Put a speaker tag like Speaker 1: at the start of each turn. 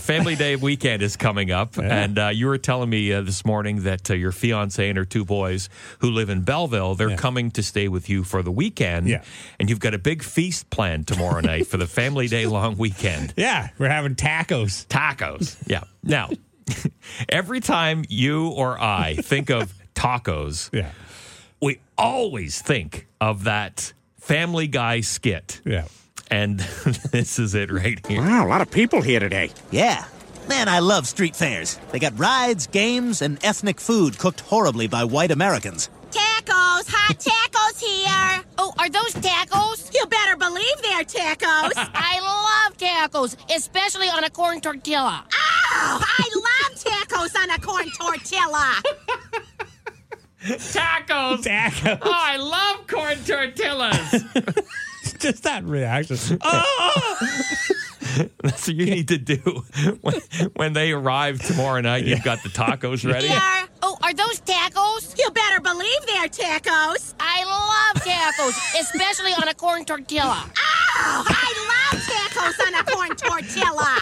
Speaker 1: Family Day weekend is coming up, and uh, you were telling me uh, this morning that uh, your fiance and her two boys who live in Belleville they're coming to stay with you for the weekend.
Speaker 2: Yeah.
Speaker 1: and you've got a big feast planned tomorrow night for the Family Day long weekend.
Speaker 2: Yeah, we're having tacos.
Speaker 1: Tacos. Yeah. Now, every time you or I think of tacos,
Speaker 2: Yeah,
Speaker 1: we always think of that Family Guy skit.
Speaker 2: yeah.
Speaker 1: And this is it right here.
Speaker 3: Wow, Ah, a lot of people here today.
Speaker 4: Yeah. Man, I love street fairs. They got rides, games, and ethnic food cooked horribly by white Americans.
Speaker 5: Tacos, hot tacos here. Oh, are those tacos?
Speaker 6: You better believe they're tacos.
Speaker 5: I love tacos, especially on a corn tortilla.
Speaker 6: oh, I love tacos on a corn tortilla.
Speaker 1: Tacos.
Speaker 2: Tacos.
Speaker 1: Oh, I love corn tortillas.
Speaker 2: Just that reaction. Oh,
Speaker 1: That's what you need to do when, when they arrive tomorrow night. You've got the tacos ready.
Speaker 5: Here. Oh, are those tacos?
Speaker 6: You better believe they're tacos.
Speaker 5: I love tacos, especially on a corn tortilla.
Speaker 6: Oh, I love tacos on a corn tortilla.